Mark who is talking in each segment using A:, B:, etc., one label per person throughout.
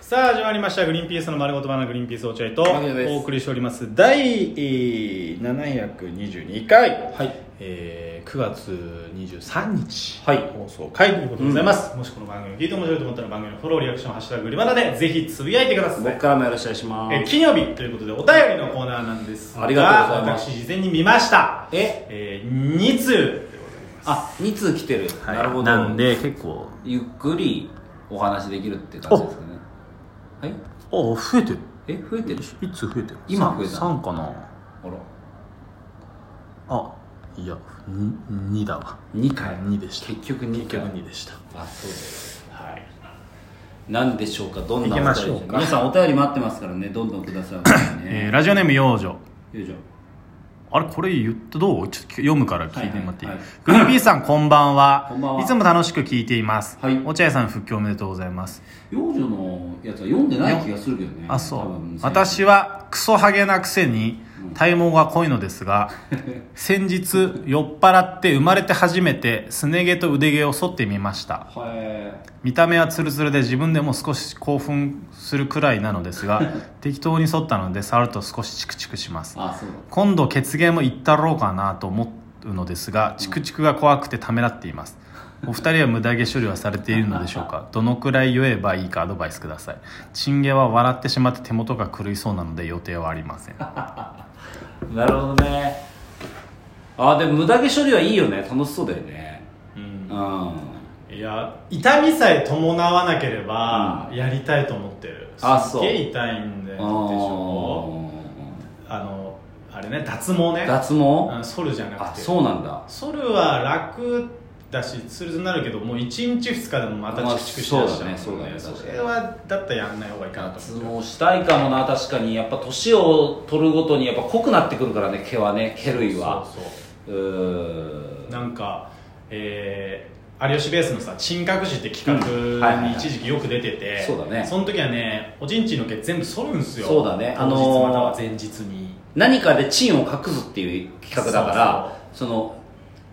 A: さあ始まりました「グリーンピースの丸ごとバナナグリーンピース落合」と
B: 牧野です
A: お送りしております第えー722回、
B: はい
A: えー9月23日、
B: はい
A: 放送回ということでございます、もしこの番組を聞いて面白いと思ったら番組のフォローリアクション「ハッシュタググリバナ」でぜひつぶやいてください
B: 僕からもよろしくお願いしま
A: えー金曜日ということでお便りのコーナーなんです
B: ありがとうございます
A: 私事前に見ました
B: え
A: えー、2通でございます
B: あ2通来てる、
A: はい
B: なるほど
A: なんで結構
B: ゆっくりお話できるって感じですかねはい
A: あ増えてる
B: え増えてる
A: いつ増えてる
B: 今増えた
A: 3かな
B: ほら
A: あいや2だわ
B: 2回
A: 2でした
B: 結局2回
A: でした
B: あそうです
A: はい
B: なんでしょうかどん
A: 行
B: なお
A: きま
B: 便
A: しょう
B: り
A: か
B: 皆さんお便り待ってますからねどんどんください本当に
A: えー
B: ね
A: ラジオネーム幼女
B: よいしょ
A: あれこれ言ってどうちょっと読むから聞いてもらっていい、
B: はいはい
A: グリーンピースさんこんばんは
B: こんばんはい
A: つも楽しく聞いています、
B: はい
A: 落合さん復帰おめでとうございます、
B: 幼女のやつは読んでない気がするけどね
A: あそ
B: 多
A: う
B: 分
A: 私はクソハゲなくせに体毛が濃いのです が先日酔っ払って生まれて初めてすね毛と腕毛を剃ってみました
B: は
A: 見た目はツルツルで自分でも少し興奮するくらいなのです が適当に剃ったので触ると少しチクチクします
B: いあそうだ
A: 今度血芸もいったろうかなと思うのですがチクチクが怖くてためらっていますお二人は無駄毛処理はされているのでしょうかどのくらい酔えばいいかアドバイスくださいチン毛は笑ってしまって手元が狂いそうなので予定はありません
B: なるほどねあでも無駄毛処理はいいよね楽しそうだよねうん
A: いや痛みさえ伴わなけれ
B: ば
A: やりたいと思ってる
B: あそうすっげえ
A: 痛いんであのあれね脱毛ね
B: 脱毛
A: うんソルじゃな
B: あ
A: くて
B: そうなんだ
A: ソルは楽だしツルツルになるけどもう1日2日でもまた
B: まあ
A: チクチクしだしちゃうもん
B: そうだねそうだね
A: それはだったらやんない方がいいかなと
B: 脱
A: 思う
B: 毛したいかもな確かにやっぱ年を取るごとにやっぱ濃くなってくるからね毛はね毛類は
A: そう
B: うー
A: そうんなんかえー有吉ベースのさ「珍隠し」って企
B: うんはいは
A: 画
B: いはい
A: に一時期よく出てて、
B: そうだね
A: その時はねおちんちんの毛全部剃るんですよ
B: そうだね
A: 当日
B: あのー
A: または前日に
B: 何かでチンを隠すっていう企画だからその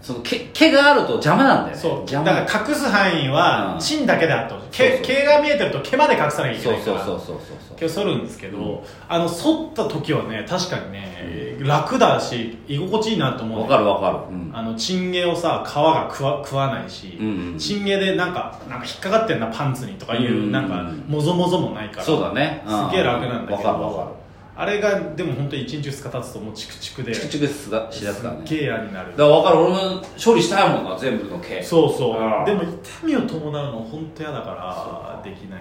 B: その毛毛があると邪魔なんだよね
A: そう
B: 邪
A: だ
B: 魔
A: から隠す範囲は
B: うん
A: チンだけであってほしい毛
B: そうそう
A: 毛が見えてると毛まで隠さなきゃいけ
B: そ
A: な
B: う
A: いか
B: そう
A: ら
B: そうそうそう
A: 毛を剃るんですけど、あの剃った時はね確かにね、楽だし居心地いいなと思う
B: わ
A: ね
B: かるわかる、うん
A: あのチン毛をさ皮が食わ食わないし、
B: うんうんうん
A: チン毛でなんかなんか引っかかってんなパンツにとかいう、
B: うんうんうん
A: なんかもぞもぞもないから
B: そうだね、うん
A: すげえ楽なんだけど
B: わかるわか
A: あれがでも本当に1日2日経つともうチクチクで
B: るチクチクしだしだすからね
A: すっげえ嫌になる
B: だから分かる俺も処理したいもんな全部の毛
A: そうそう
B: あー
A: でも痛みを伴うの本当嫌だからできないんだよ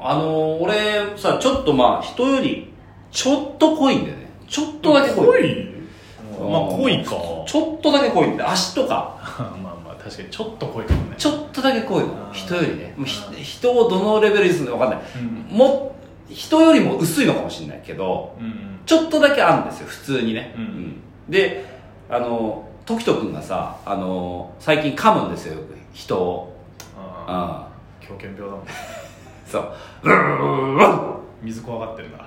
A: な
B: あのー俺さちょっとまあ人よりちょっと濃いんだよねちょっとだけ濃い
A: いまあ濃いか
B: ちょっとだけ濃いんだよ足とか
A: まあまあ確かにちょっと濃いかもね
B: ちょっとだけ濃いの
A: あー
B: 人よりねもうひ
A: あ
B: 人をどのレベルにするのか分かんない、
A: うん
B: も人よりも薄いのかもしれないけど
A: うんうん
B: ちょっとだけあるんですよ普通にね、
A: うん
B: うんであの時人君がさあの最近噛むんですよよく人を
A: あ
B: ああ
A: あ狂犬病だもん
B: そううーん
A: 水怖がってる な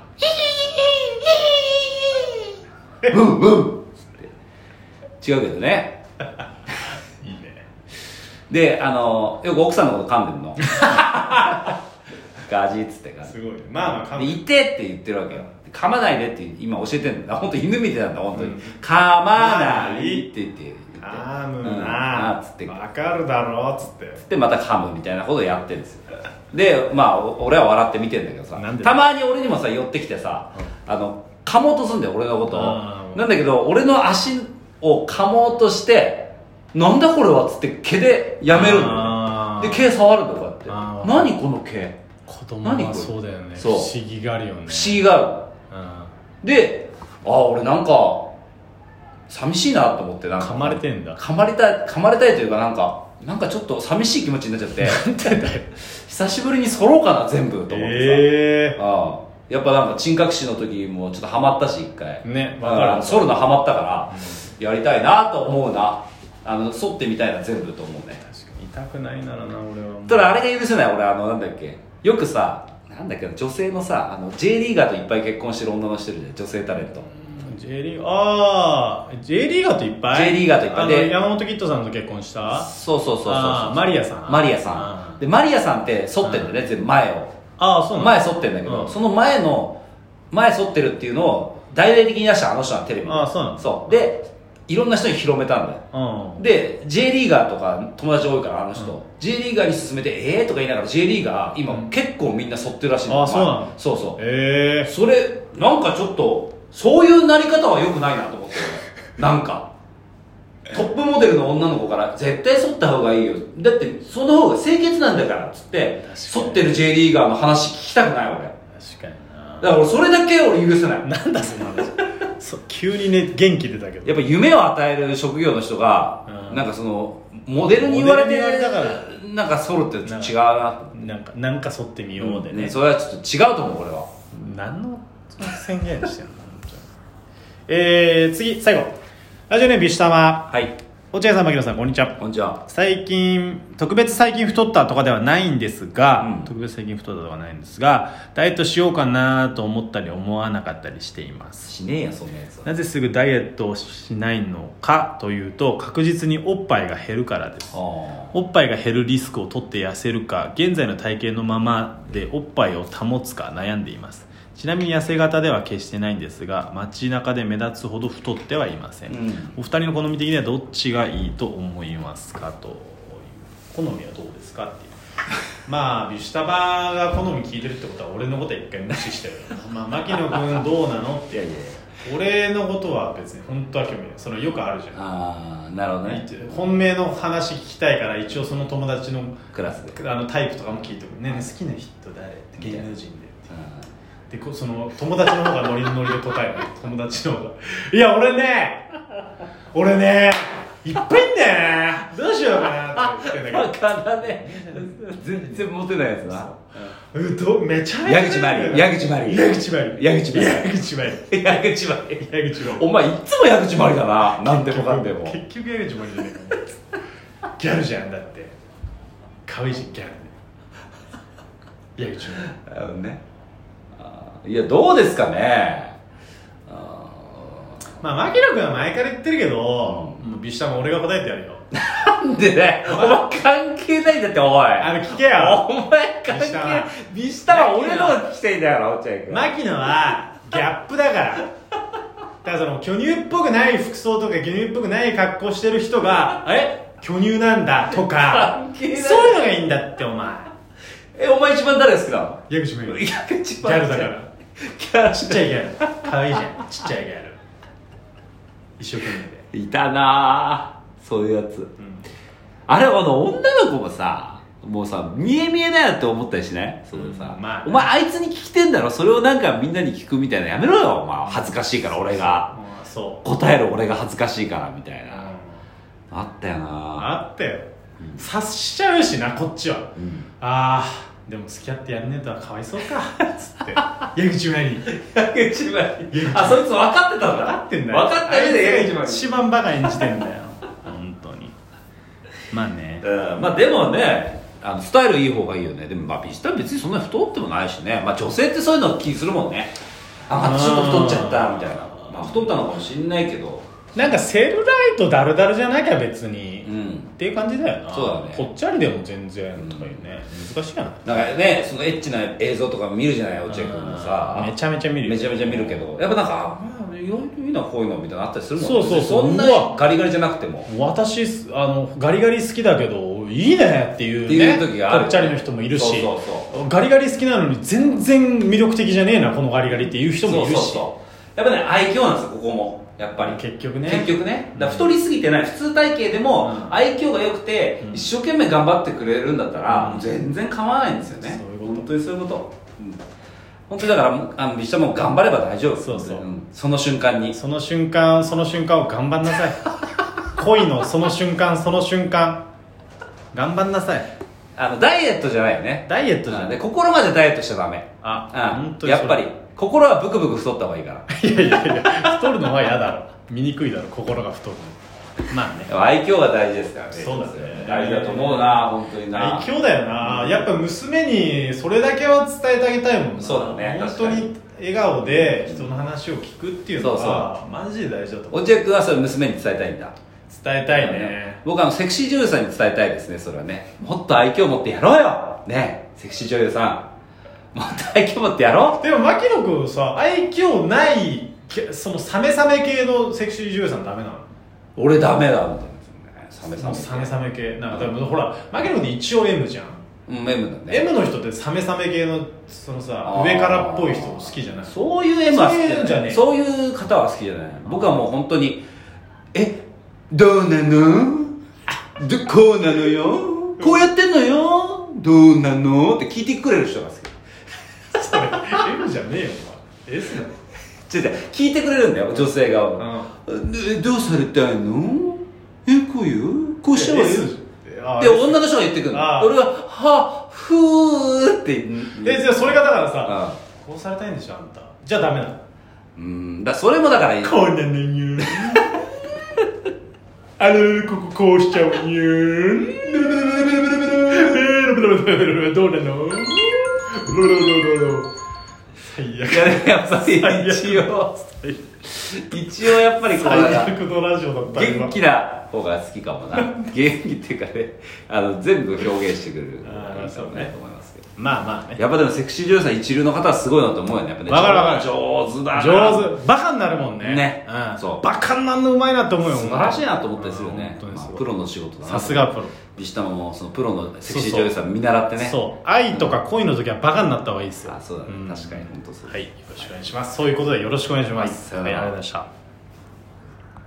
B: うんうんつって違うけどね
A: いいね
B: であのよく奥さんのこと噛んで るのガジっつってか
A: すごいねまあまあ噛
B: で「
A: む
B: いて」って言ってるわけよ噛まないでって今教えてんの本当犬みてたんだ本当に、
A: うん
B: 噛まないって言って言って
A: あーむ
B: うん
A: な
B: あーっつって
A: わかるだろっつって
B: でまた噛むみたいなことをやってるんですよでまあお俺は笑って見てんだけどさ
A: なんで
B: たまに俺にもさ寄ってきてさ、あの噛もうとすんだよ俺のこと
A: あ
B: を
A: ー
B: なんだけど俺の足を噛もうとしてなんだこれはっつって毛でやめるんだよ
A: あ
B: ね
A: ー
B: で毛触るとかって
A: あー
B: 何この毛
A: 子供は
B: 何
A: そうだよね不
B: そう
A: 思議があるよね
B: 不思議があ
A: うん
B: るでああ俺なんか寂しいなと思ってなんか
A: 噛まれてんだ
B: 噛まれたい噛まれたいというかなんかなんかちょっと寂しい気持ちになっちゃって久しぶりに揃ろうかな全部と思って
A: え
B: さ、ああやっぱなんか珍隠しの時もちょっとハマったし一回
A: えね
B: だ
A: わ
B: か
A: からる
B: ソロのハマったからやりたいなと思うなあの剃ってみたいな全部と思うね
A: 確かに痛くないならな俺はもう
B: ただあれが許せない俺あのなんだっけよくさなんだっけな女性のさあの J リーガーといっぱい結婚してる女の人いるじゃん女性タレント
A: J リーガーああ J リーガーといっぱい
B: J リーガーといっぱい
A: あの
B: で
A: 山本キッドさんと結婚した
B: そうそうそうそう
A: あ
B: そ
A: ー
B: う
A: マリアさん
B: マリアさ
A: うん
B: でマリアさんって反ってんだよね全部前を
A: ああそうなの
B: 前反ってんだけど、
A: うん
B: その前の前反ってるっていうのを大々的に出したあの人はテレビで
A: あそうなの
B: そうでいろんな人に広めたんだよ
A: うん
B: で J リーガーとか友達多いからあの人、
A: うん
B: J リーガーに勧めてええー、とか言いながら J リーガー今、
A: うん
B: 結構みんな反ってるらしい
A: あそうなの
B: まそうそう
A: ええ
B: それなんかちょっとそういうなり方はよくないなと思ってなんかトップモデルの女の子から絶対剃った方がいいよだってその方が清潔なんだからっつって
A: 確かに
B: 剃ってる J リーガーの話聞きたくない俺だ
A: 確かにな
B: から俺それだけ俺許せない
A: なんだその話 そう急にね元気出たけど
B: やっぱ夢を与える職業の人が、
A: うん
B: なんかそのモデルに言われて
A: モデルに言われたか
B: なんか剃るってちょっと違うな
A: なんかなんか沿ってみようでね,、
B: ねそれはちょっと違うと思う俺は
A: 何の宣言してんの 本当にえー、次最後ラジオネームビシュタマ
B: はい
A: 落合さん牧野さんこんにちは
B: こんにちは
A: 最近特別最近太ったとかではないんですが、
B: うん
A: 特別最近太ったとかないんですがダイエットしようかなと思ったり思わなかったりしています
B: しねえやそんなやつは
A: なぜすぐダイエットをしないのかというと確実におっぱいが減るからです
B: あ
A: おっぱいが減るリスクを取って痩せるか現在の体型のままでおっぱいを保つか悩んでいますちなみに痩せ型では決してないんですが街中で目立つほど太ってはいません、
B: あうん
A: お二人の好み的にはどっちがいいと思いますかという好みはどうですかっていうまあビシュタバが好み聞いてるってことは俺のことは一回無視してるまあ牧野君どうなのって
B: いやいやいや
A: 俺のことは別に本当は興味ないそのよくあるじゃん
B: ああなるほどね
A: 本命の話聞きたいから一応その友達の
B: クラスで
A: あのタイプとかも聞いてくるねえねえ好きな人誰って
B: みたい
A: 芸
B: な
A: 能人ででこその友達の方がノリノリで答 える友達の方が「いや俺ね俺ねいっぱいいんだよねどうしようかな」って言ってんだ
B: バ
A: け
B: カだね全然モテないやつな
A: どうどめちゃめちゃ
B: 矢口真里矢口真里
A: 矢口真里
B: 矢口真里
A: 矢口真里
B: 矢口まり
A: 矢口真里
B: お前いつも矢口まりだななんでもかんでも
A: 結局矢口真里じゃねえかもギャルじゃんだって可愛いしギャル矢口真里
B: あのねあーいやどうですかねあ
A: まあ牧野君は前から言ってるけど、もうビシタも俺が答えてや るよ
B: ーなんでねお前関係ないんだってお
A: あ
B: 前
A: の聞けよ
B: お前関
A: ビシ
B: 係
A: タ
B: ない
A: は
B: ビシタは俺の方が来てんだから落合君
A: 牧野はギャップだからだからその巨乳っぽくない服装とか巨乳っぽくない格好してる人がえ巨乳なんだとか
B: 関
A: そういの
B: 係ないう
A: がいいんだってお前
B: えお前一番誰が好きなの
A: 矢口もいい
B: 矢口
A: ギ
B: まり
A: ャルだから
B: ギャル
A: ちっちゃいギャル可愛いじゃんちっちゃいギャル一生懸命で、
B: いたなぁそういうやつ
A: うん、
B: あれあの女の子もさもうさ見え見えだよって思ったりしないそのさ、
A: うんまあ
B: お前あいつに聞きてんだろそれをなんかみんなに聞くみたいなやめろよお前恥ずかしいから俺が
A: あそう
B: 答える俺が恥ずかしいからみたいな
A: あ
B: あったよな
A: ったよ察しちゃうしなこっちは
B: うん
A: ああでも付き合ってやんねえとはかわいそうかつって矢口まり
B: 矢口まりあそいつ分かってたん
A: 分
B: だ
A: かってんだよ
B: 分かった上で
A: あいつが
B: 矢口
A: 一番バカ演じてんだよ本当にまあね
B: まりうんまあでもねあのスタイルいい方がいいよねでもまあビジター別にそんなに太ってもないしねまあ女性ってそういうの気にするもんねあちょっと太っちゃったみたいなまあ太ったのかもしんないけど
A: なんかセルライトダルダルじゃなきゃ別に、
B: う
A: っ
B: ん
A: ていう感じだよな
B: そうだね
A: ぽっちゃりでも全然とかいうね、難しいやな
B: なんかね、そのエッチな映像とか見るじゃない、落合君もさ。
A: めちゃめちゃ見るよ
B: めちゃめちゃ見るけど、やっぱなんか、あまあ、意外といいな、こういうのみたいなのあったりするもん
A: そうそうそう
B: 別に
A: う
B: そん
A: わ
B: なガリガリじゃなくても。
A: 私あのガリガリ好きだけどいいねっていうね
B: っていう時がある
A: ぽっちゃりの人もいるし
B: そうそう
A: ガリガリ好きなのに全然魅力的じゃねえなこのガリガリっていう人もいるし
B: そうそうそうやっぱね、愛嬌なんですよ、ここも。やっぱり。
A: 結局ね
B: 結局ね。だから太りすぎてない、普通体型でも、
A: うん
B: 愛嬌が良くて、
A: うん
B: 一生懸命頑張ってくれるんだったら、
A: うん
B: 全然構わないんですよね。
A: そういうこと
B: 本当にそういうこと。うん本当にだから、あの、ビシタも頑張れば大丈夫。
A: そうそうん
B: その瞬間に。
A: その瞬間その瞬間を頑張んなさい恋のその瞬間その瞬間頑張んなさい
B: あの、ダイエットじゃないよね。
A: ダイエットじゃ
B: うん
A: な
B: で
A: い
B: 心までダイエットしちゃダメ
A: あ
B: うん
A: 本当に
B: やっぱり心はブクブク太った方がいいから
A: いやいやいや太るのは嫌だろ醜いだろ心が太るまあね
B: 愛嬌が大事ですからね
A: そうだね
B: 大事だと思うな本当にな
A: 愛嬌だよな、やっぱ娘にそれだけは伝えてあげたいもんな
B: そうだね
A: 本当に笑顔で人の話を聞くっていうのがマジで大事だと思う
B: 落合君はそれ娘に伝えたいんだ
A: 伝えたいね
B: 僕はあのセクシー女優さんに伝えたいですねそれはねもっと愛嬌持ってやろうよねセクシー女優さんもっと愛嬌持ってやろ
A: でも牧野君さ愛嬌ないけそのサメサメ系のセクシー女優さんダメなの
B: う俺ダメだみたいなねサメ
A: そ
B: サ
A: の
B: メ
A: サメサメ系なんか多分ほら牧野君一応 M じゃん、
B: うん M だね
A: M の人ってサメサメ系のそのさ
B: あー
A: 上からっぽい人好きじゃない
B: そういう絵は好き
A: そういうんじゃねえ
B: そういう方は好きじゃない僕はもう本当にえどうなのどこうなのよこうやってんのよどうなのって聞いてくれる人が好き
A: それ M じゃねえよお前 S なの
B: 違う違う聞いてくれるんだよ女性側もえどうされたいのえこういうこうしたわよ
A: S あー
B: で女の人が言ってくるの
A: あー
B: 俺ははふーって
A: えじゃあそれがだからさ
B: あ
A: こうされたいんでしょあんたじゃあダメなの
B: うんだそれもだからいい
A: こうなのにゅあれこここうしちゃうにゅどうなのロロロロロ最
B: い
A: 悪
B: やでもやっぱり一応一応やっぱりこう
A: 最悪のラジオだった今
B: 元気な方が好きかも な元気っていうかねあの全部表現してくれる
A: あーそうね
B: と思いますけど
A: まあまあね
B: やっぱでもセクシー女優さん一流の方はすごいなと思うよねやっぱね
A: わかるわかる
B: 上手だな
A: 上手バカになるもんね
B: ね
A: うん、
B: そう
A: バカになるのうまいなと思うよ
B: 素晴らしいなと思ったりするよね
A: うん本当にすごい
B: まあプロの仕事だな
A: さすがプロ
B: ビシタマもそのプロのセクシー女優さん見習ってね
A: そう愛とか恋の時はバカになった方がいいですよ
B: あそうだね確かに本当そう
A: はいよろしくお願いしますそういうことでよろしくお願いします、
B: はい
A: は
B: さ
A: い、
B: よ
A: あ
B: な
A: りがとうござい
B: ら
A: ました